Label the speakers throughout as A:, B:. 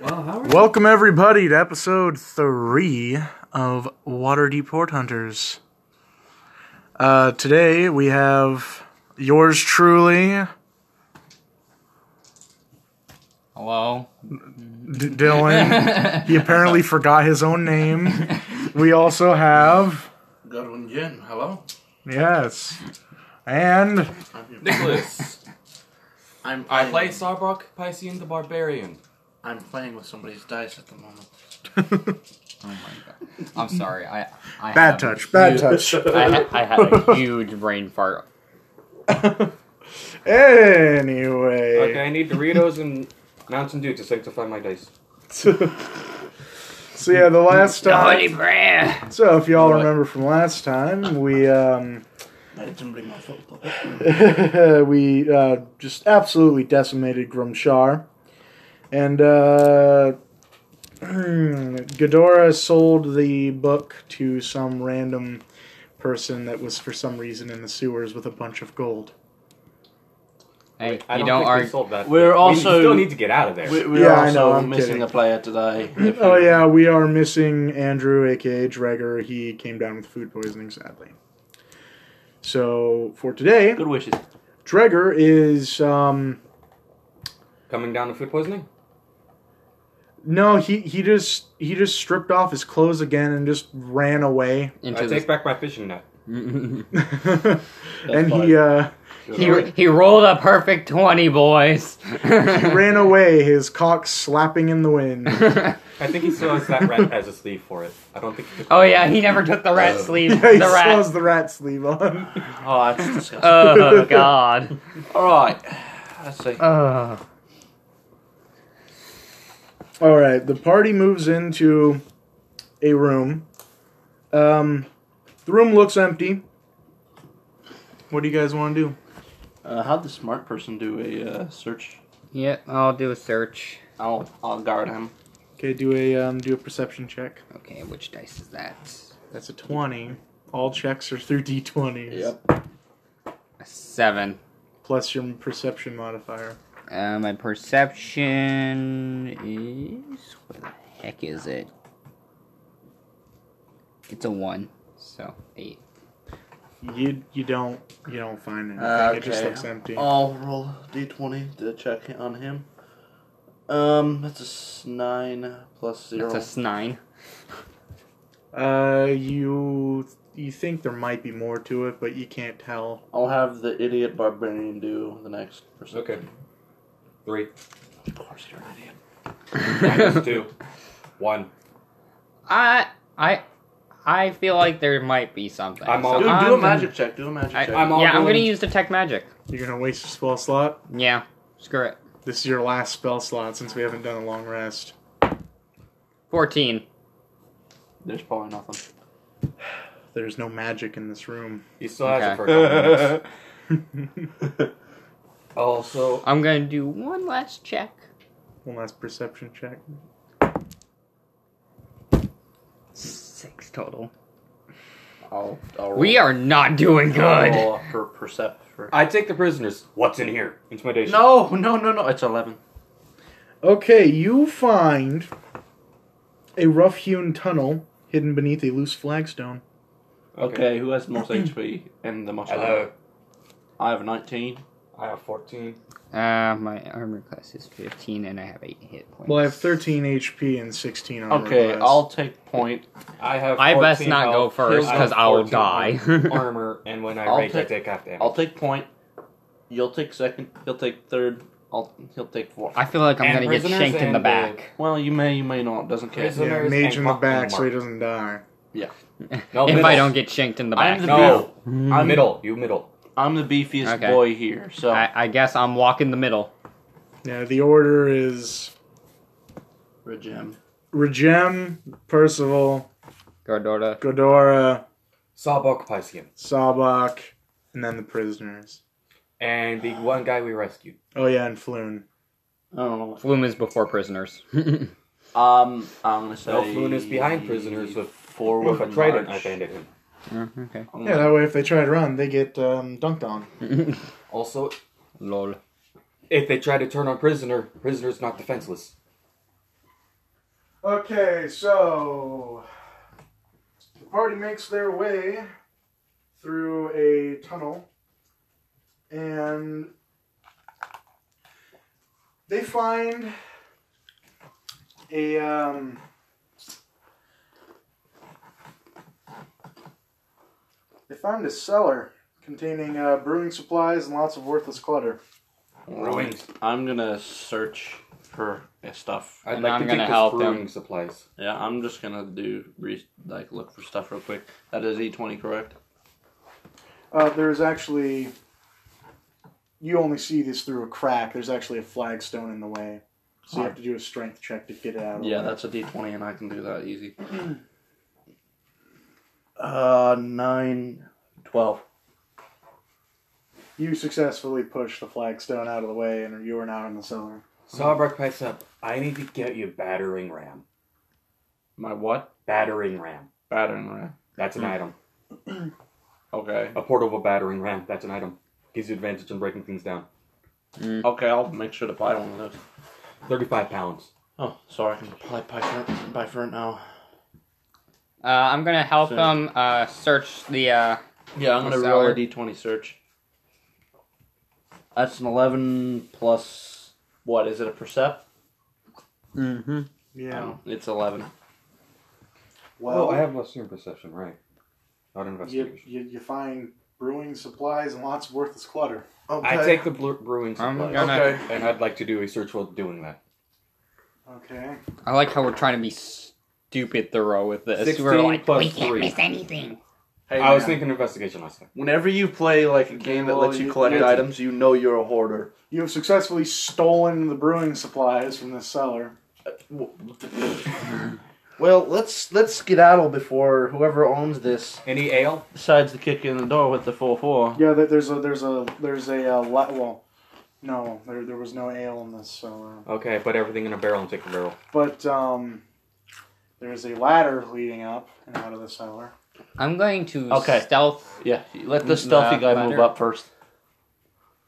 A: Wow, how are you?
B: Welcome everybody to episode three of Waterdeep Port Hunters. Uh, today we have yours truly,
C: Hello.
B: D- Dylan. he apparently forgot his own name. We also have
A: Godwin Jin, hello.
B: yes, and
A: I'm
D: Nicholas.
A: I'm
D: I
A: playing,
D: play Sarbok, Piscean the Barbarian.
A: I'm playing with somebody's dice at the moment.
C: Oh my god. I'm sorry. I, I
B: bad
C: have-
B: touch, bad touch.
C: I, ha- I had a huge brain fart.
B: Anyway,
E: Okay, I need Doritos and Mountain Dew to sanctify my dice.
B: so yeah, the last time.
C: brain.
B: So if y'all remember from last time, we um.
A: I didn't bring my football.
B: we uh, just absolutely decimated Grumshar. And uh, hmm, Ghidorah sold the book to some random person that was for some reason in the sewers with a bunch of gold.
C: Hey,
E: I
C: you
E: don't,
C: don't
E: think we
C: argue.
E: sold that.
F: We're
E: We
F: also-
E: still need to get out of there.
F: We, we're
B: Yeah, I
F: also
B: know, I'm
F: missing
B: kidding.
F: a player today. If
B: Oh,
F: you-
B: yeah, we are missing Andrew, aka Dreger. He came down with food poisoning, sadly. So for today,
F: Good wishes.
B: Dreger is. Um,
E: Coming down to food poisoning?
B: no, he, he just he just stripped off his clothes again and just ran away
C: Into
E: I take back my fishing net.
C: the...
B: and he uh,
C: he, he rolled a perfect 20, boys. Oh,
B: ran away, his cock slapping in the wind.
E: I think he still has that rat as a sleeve for it. I don't think he
C: oh, yeah, he never took the rat sleeve.
B: Yeah, he
C: the
B: still
C: rat.
B: has the rat sleeve on.
F: Oh, that's disgusting.
C: Oh, God.
F: All right. Let's see.
C: Uh,
B: All right, the party moves into a room. Um, the room looks empty. What do you guys want to do?
F: Uh, how'd the smart person do a uh, search?
C: yeah, I'll do a search.
F: I'll, I'll guard him.
B: Okay, do a um, do a perception check.
C: Okay, which dice is that?
B: That's a twenty. All checks are through d twenties
C: A seven.
B: plus your perception modifier.
C: Uh, my perception is where the heck is it? It's a one, so eight.
B: You you don't you don't find anything. It just
F: Okay.
B: looks empty.
F: I'll roll d20 to check on him. Um, that's a s- 9 plus 0.
C: That's a s- nine.
B: Uh, you you think there might be more to it, but you can't tell.
F: I'll have the idiot barbarian do the next person.
E: Okay. Three.
F: Of course you're an idiot.
E: Minus two. One.
C: I I I feel like there might be something.
E: I'm all-
C: so
F: Do,
C: I'm,
F: do a magic check. Do a magic
C: I,
F: check.
E: I'm all
C: yeah, I'm gonna
E: doing-
C: use detect magic.
B: You're gonna waste a spell slot.
C: Yeah, screw it.
B: This is your last spell slot since we haven't done a long rest.
C: Fourteen.
F: There's probably nothing.
B: There's no magic in this room.
E: He still has
C: Okay.
E: it for a couple minutes.
C: Oh,
F: also,
C: I'm gonna do one last check.
B: One last perception check.
C: Six total.
F: I'll, I'll roll.
C: We are not doing good.
E: Oh.
F: I'll roll for percep. For...
E: I take the prisoners. What's in here? Intimidation.
F: No, no, no, no. It's 11.
B: Okay, you find a rough-hewn tunnel hidden beneath a loose flagstone.
F: Okay, who has the most HP and the most
E: Hello.
F: I have 19.
E: I have 14.
C: Uh, my armor class is fifteen, and I have eight hit points.
B: Well, I have 13 HP and 16 armor.
F: Okay,
B: class.
F: I'll take point.
E: I have.
C: I best
E: 14
C: not go
E: health.
C: first
E: I have
C: because I'll
E: 14
C: die.
E: Armor, and when I
F: I'll
E: rage, I
F: take-
E: take half damage.
F: I'll take point. You'll take second. He'll take third. I'll he'll take fourth.
C: I feel like I'm
E: And
C: gonna get
E: prisoners
C: shanked in
E: and
C: the
E: the-
C: back.
F: Well, you may, you may not. Doesn't care.
E: Prison-
B: yeah,
E: prisoners
B: mage
E: and
B: in the
E: fucking
B: back so he
E: mark.
B: doesn't die.
E: No,
C: if
E: middle.
C: I don't get shanked in the back,
F: I'm the
E: No. Mm-hmm.
F: I'm-
E: middle. You middle.
F: I'm the beefiest
C: Okay.
F: boy here, so
C: I, I guess I'm walking the middle.
B: Yeah, the order is
F: Regem.
B: Regem, Percival,
C: Gordora.
B: Godora,
E: Sawbuck Piscean.
B: Sabak, and then the prisoners.
E: And the one guy we rescued.
B: Oh yeah, and Floon.
F: I don't know.
C: Flume is before prisoners.
F: Oh,
B: Mm-hmm,
F: Um, I'm gonna say.
E: No Floon is behind prisoners with-
F: forward
E: With a trident, I
F: march.
E: banded him.
C: okay.
F: I'm
B: Yeah,
F: gonna-
B: that way if they try to run, they get um, dunked on.
E: Also,
C: Lol.
E: if they try to turn on prisoner, prisoner's not defenseless.
B: Okay, so the party makes their way through a tunnel and they find a um, they found a cellar containing uh, brewing supplies and lots of worthless clutter.
E: Ruined.
F: I'm gonna search for stuff.
E: I'd
C: And
E: like
C: I'm
E: to
C: gonna
E: take the
C: help
E: brewing
C: him.
E: supplies.
F: Yeah, I'm just gonna do re- like look for stuff real quick. That is E20, correct?
B: Uh, there's actually. You only see this through a crack. There's actually a flagstone in the way. So you have to do a strength check to get it out. of the
F: Yeah,
B: way.
F: that's a D20, and I can do that easy. uh, nine, twelve.
B: You successfully push the flagstone out of the way and you are now in the cellar.
E: Sawbark pipes up. I need to get you a battering ram.
F: My what?
E: Battering ram.
F: Battering ram.
E: That's
C: Hmm.
E: an item.
F: Okay.
E: A portable battering ram. That's an item. Gives you advantage in breaking things down.
F: Okay, I'll make sure to buy one of those.
E: 35 pounds.
F: Oh, sorry, I can probably buy for, buy for it now.
C: Uh, I'm gonna help
F: So-
C: him uh, search the. Uh,
F: Yeah, I'm
C: A
F: gonna roll
C: sour.
F: a d20 search. That's an 11 plus what is it? A percept?
B: Mm-hmm. Yeah.
F: Um, it's 11.
B: Well,
E: Oh, have less than perception, right? Not
B: you, you, you find brewing supplies and lots of worthless clutter.
F: Okay.
E: I take the bre- brewing
C: I'm
E: supplies.
C: gonna-
F: Okay.
E: And I'd like to do a search while doing that.
B: Okay.
C: I like how we're trying to be stupid thorough with this.
E: 16
C: we're like,
E: plus
C: we can't
E: 3.
C: miss anything.
F: Hey,
E: I was
F: man,
E: thinking investigation last time.
F: Whenever you play like a game that
B: Well,
F: lets you
B: you-
F: collect
B: yeah.
F: items, you know you're a hoarder.
B: You have successfully stolen the brewing supplies from this cellar.
F: Well, let's let's skedaddle before whoever owns this
E: Any ale?
F: decides to kick in the door with the full four.
B: Yeah, there- there's a there's a there's a uh, la- well, no, there there was no ale in this cellar.
E: Okay, put everything in a barrel and take the barrel.
B: But um, there's a ladder leading up and out of the cellar.
C: I'm going to
F: Okay.
C: stealth.
F: Yeah, let the stealthy
C: Uh,
F: guy move
C: ladder.
F: up first.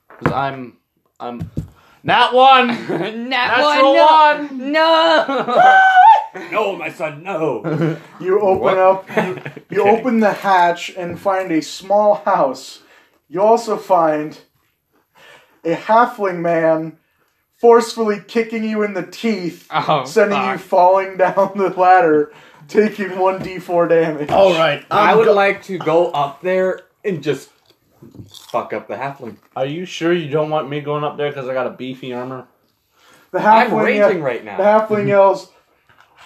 F: Cause I'm I'm not one.
C: Nat
F: Natural
C: one, no, no.
E: No, my son, no!
B: You open
E: What?
B: up, you, you
E: Kidding.
B: open the hatch and find a small house. You also find a halfling man forcefully kicking you in the teeth,
C: oh,
B: sending you
C: fuck.
B: falling down the ladder, taking 1d4 damage.
F: All right,
E: I
F: I'm
E: would
F: go-
E: like to go up there and just fuck up the halfling.
F: Are you sure you don't want me going up there because I got a beefy armor?
B: The
E: I'm
B: halfling,
E: raging
B: ye-
E: right
B: the
E: now.
B: halfling yells,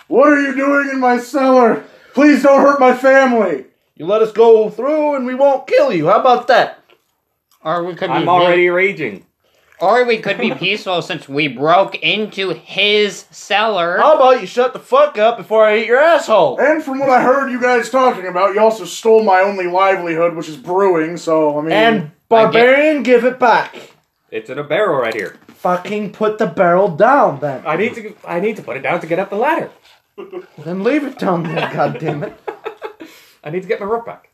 B: What are you doing in my cellar? Please don't hurt my family!
F: You let us go through and we won't kill you. How about that?
C: Or we could be
E: I'm already raging.
C: or we could be peaceful since we broke into his cellar.
F: How about you shut the fuck up before I eat your asshole?
B: And from what I heard you guys talking about, you also stole my only livelihood, which is brewing, so I mean.
F: And barbarian, give it back.
E: It's in a barrel right here.
F: Fucking put the barrel down then.
E: I need to I need to put it down to get up the ladder.
F: Then leave it down there, goddammit.
E: I need to get my rope back.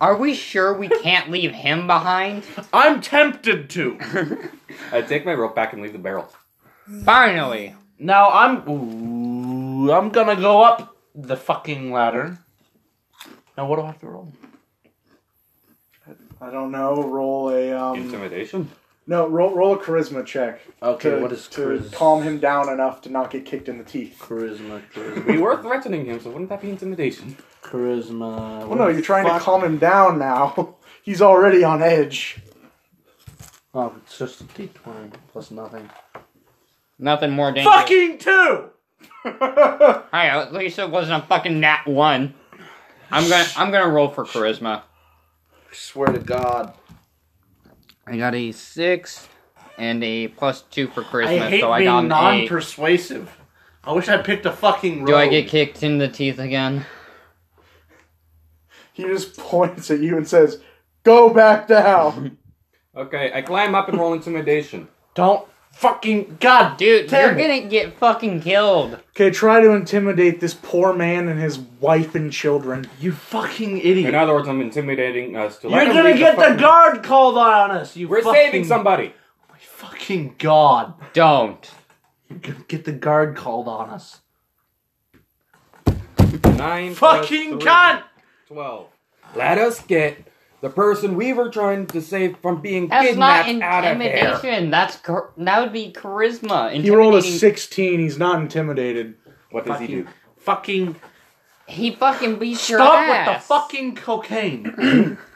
C: Are we sure we can't leave him behind?
F: I'm tempted to.
E: I take my rope back and leave the barrel.
C: Finally,
F: Now I'm ooh, I'm gonna go up the fucking ladder. Now what do I have to roll?
B: I don't know. Roll a um,
E: Intimidation.
B: no. Roll roll a charisma check.
F: Okay,
B: to,
F: what is
B: to
F: charis-
B: calm him down enough to not get kicked in the teeth?
F: charisma?
E: We
F: Charisma.
E: were threatening him, so wouldn't that be intimidation?
F: charisma.
B: Well, Oh, no, you're trying
F: Fuck.
B: to calm him down now. He's already on edge.
F: Oh, it's just a d20 plus nothing.
C: nothing more dangerous.
F: Fucking two.
C: Hey, at least it wasn't a fucking nat one. I'm gonna I'm gonna roll for charisma.
F: I swear to God.
C: I got a six and a plus two for
F: I
C: charisma,
F: hate
C: so I got
F: being
C: an eight.
F: non-persuasive. I wish I picked a fucking. Road.
C: Do I get kicked in the teeth again?
B: He just points at you and says, "Go back down."
E: Okay, I climb up and roll intimidation.
F: Don't fucking god,
C: Dude,
F: Damn
C: you're gonna get fucking killed.
B: okay, try to intimidate this poor man and his wife and children.
F: You fucking
E: In
F: idiot!
E: other words, I'm intimidating us to let
F: You're
E: him
F: gonna
E: leave
F: get the,
E: fucking-
F: guard called on us. You
E: We're
F: fucking,
E: saving somebody.
F: fucking god.
C: Don't.
F: We're gonna Get the guard called on us.
D: Nine. plus
F: Fucking
D: three.
F: god!
D: Twelve. Let us get the person we were trying to save from being
C: That's not
D: kidnapped out of here.
C: intimidation. That's char- that would be charisma.
B: He rolled a
C: Intimidating-
B: 16. He's not intimidated.
E: What does he do?
F: Fucking
C: He fucking beats your
F: stop
C: ass.
F: with the fucking cocaine.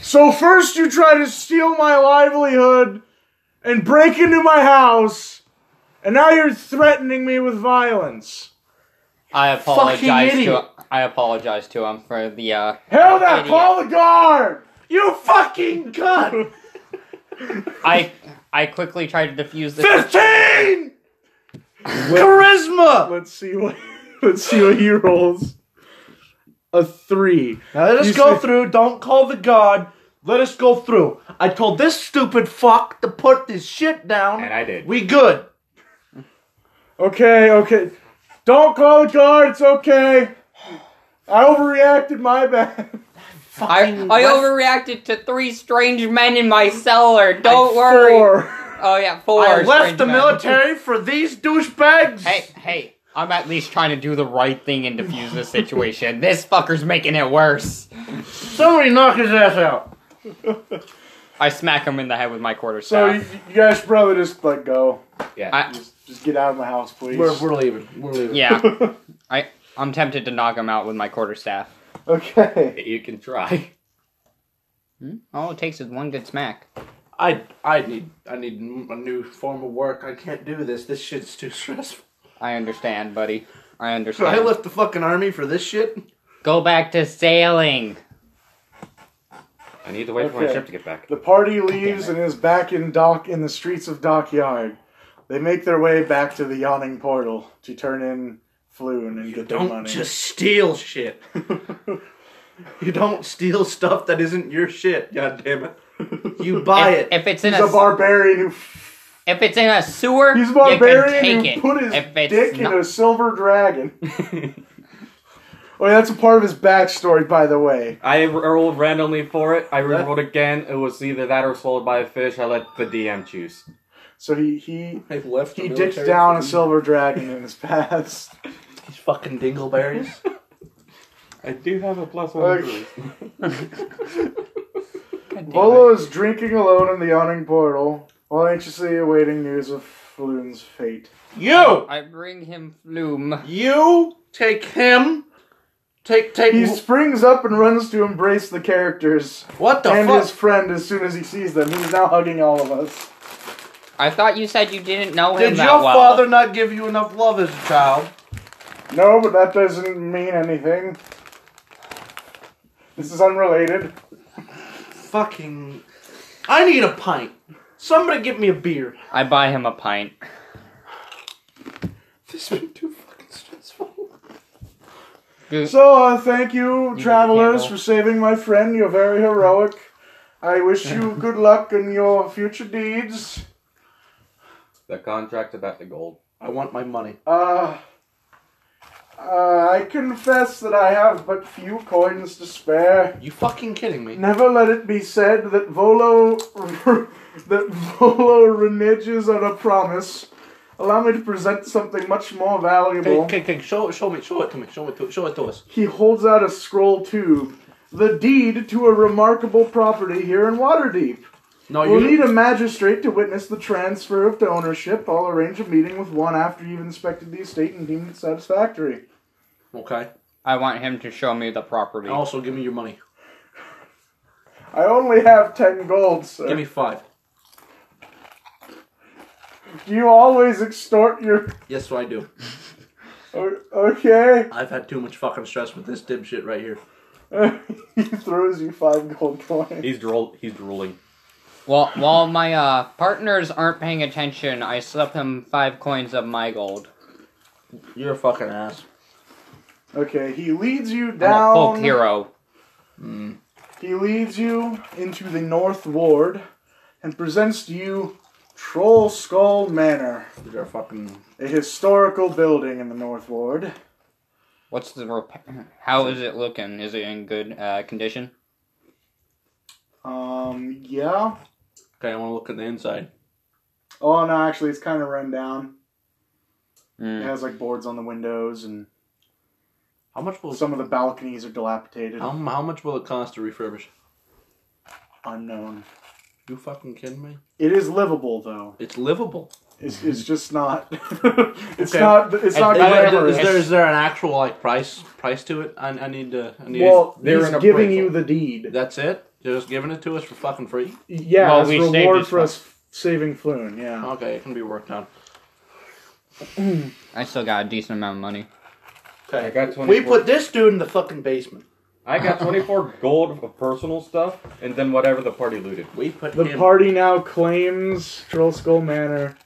B: So first you try to steal my livelihood and break into my house, and now you're threatening me with violence.
C: I apologize
F: Fucking
C: to
F: idiot.
C: I apologize to him for the uh
B: Hell that
C: Idiot.
B: call the guard!
F: you fucking god!
C: I I quickly tried to defuse this.
B: Fifteen!
F: Charisma!
B: Let's see what let's see what he rolls. A three.
F: Now let us
B: You
F: go
B: say-
F: through. Don't call the guard. Let us go through. I told this stupid fuck to put this shit down.
E: And I did.
F: We good.
B: Okay, okay. Don't call the guard, it's okay. I overreacted, my bad.
C: I, I
F: Fucking left-
C: overreacted to three strange men in my cellar. Don't worry.
B: Four.
C: Oh yeah, four.
F: I left
C: strange
F: the
C: men.
F: military for these douchebags.
C: Hey, hey, I'm at least trying to do the right thing and defuse this situation. this fucker's making it worse.
F: Somebody knock his ass out.
C: I smack him in the head with my quarter
B: So
C: staff.
B: you, you guys should probably just like go.
E: Yeah.
C: I,
B: Just, just get out of my house, please.
F: We're, we're leaving. We're leaving.
C: yeah, I I'm tempted to knock him out with my quarter staff.
B: okay.
E: you can try.
C: All it takes is one good smack.
F: I I need I need a new form of work. I can't do this. This shit's too stressful.
C: I understand, buddy. I
F: I
C: understand.
F: left the fucking army for this shit.
C: Go back to sailing.
E: I need to wait for my
B: Okay.
E: ship to get back.
B: The party leaves and is back in dock in the streets of Dockyard. They make their way back to the yawning portal to turn in Floon and get their
F: Don't
B: money.
F: just steal shit. you don't steal stuff that isn't your shit. God damn it. You buy
C: If,
F: it.
C: if it's in
B: He's
C: a,
B: a barbarian who
C: if it's in a sewer,
B: He's a
C: you can
B: barbarian
C: take
B: who
C: it.
B: put his
C: if it's
B: dick
C: not-
B: in a silver dragon. oh, yeah, that's a part of his backstory, by the way.
E: I rolled randomly for it. I rolled again. It was either that or swallowed by a fish. I let the DM choose.
B: So he he
F: I left.
B: he dicked down a silver dragon in his past.
F: These fucking dingleberries.
E: I do have a plus
B: one
E: one.
B: Okay. Volo is drinking alone in the yawning portal while anxiously awaiting news of Floon's fate.
F: you.
C: I bring him flume.
F: You take him. Take take.
B: He springs up and runs to embrace the characters
F: what the
B: and
F: fuck?
B: his friend as soon as he sees them. He's now hugging all of us.
C: I thought you said you didn't know him
F: Did
C: that
F: your
C: well.
F: father not give you enough love as a child?
B: No, but that doesn't mean anything. This is unrelated.
F: Fucking. I need a pint. Somebody get me a beer.
C: I buy him a pint.
F: This has been too fucking stressful.
B: So, uh, thank you,
C: need a
B: travelers,
C: candle.
B: for saving my friend. You're very heroic. I wish you good luck in your future deeds.
E: The contract about the gold.
F: I want my money.
B: Uh, uh, I confess that I have but few coins to spare.
F: You fucking kidding me?
B: Never let it be said that Volo that Volo reneges on a promise. Allow me to present something much more
F: Okay,
B: valuable.
F: okay, okay. Show, show me, show it to me, show it to, show it to us.
B: He holds out a scroll tube. The deed to a remarkable property here in Waterdeep.
F: No,
B: We'll
F: you.
B: need a magistrate to witness the transfer of the ownership. I'll arrange a meeting with one after you've inspected the estate and deemed it satisfactory.
F: Okay.
C: I want him to show me the property.
F: And
B: Oh.
F: also, give me your money.
B: I only have ten gold, sir.
F: Give me five.
B: You always extort your.
F: Yes, so I do.
B: O- Okay.
F: I've had too much fucking stress with this dipshit right here.
B: he throws you five gold coins.
E: He's drool. He's drooling.
C: Well, while my uh, partners aren't paying attention, I slip him five coins of my gold.
F: You're a fucking ass.
B: Okay, he leads you
C: I'm a folk
B: down.
C: hero.
B: He leads you into the North Ward and presents to you Troll Skull Manor,
F: You're a fucking.
B: a historical building in the North Ward.
C: What's the repair? How is it looking? Is it in good uh, condition?
B: Um, yeah. Um,
F: Okay, I want to look at the inside.
B: Oh no, actually, it's kind of run down. It
C: Mm.
B: has like boards on the windows, and
F: How much will
B: some of the balconies are dilapidated.
C: Oh.
F: how, how much will it cost to refurbish?
B: Unknown.
F: You fucking kidding me?
B: It is livable though.
F: It's livable.
B: It's, it's just not. it's
F: Okay.
B: not. It's not
F: Is there, is
B: glamorous.
F: there is there an actual like price price to it? I, I need to. I need
B: Well,
D: They're
B: he's
D: an
B: giving
D: appraisal.
B: you the deed.
F: that's it. You're just giving it to us for fucking free.
B: Yeah,
C: Well,
B: as
C: we saved
B: reward
C: his
B: for us saving Floon. Yeah.
F: Okay, it can be worked on.
C: I still got a decent amount of money.
D: I got 24,
F: We put this dude in the fucking basement.
E: I got 24 gold of personal stuff, and then whatever the party looted.
F: We put
B: The
F: him.
B: party now claims Troll Skull Manor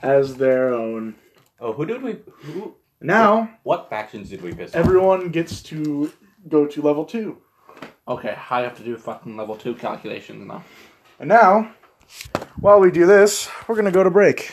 B: as their own.
E: Oh, who did we? Who?
B: Now
E: What factions did we piss off?
B: everyone gets to go to level two.
F: okay, I have to do fucking level two calculations now.
B: And now, while we do this, we're gonna go to break.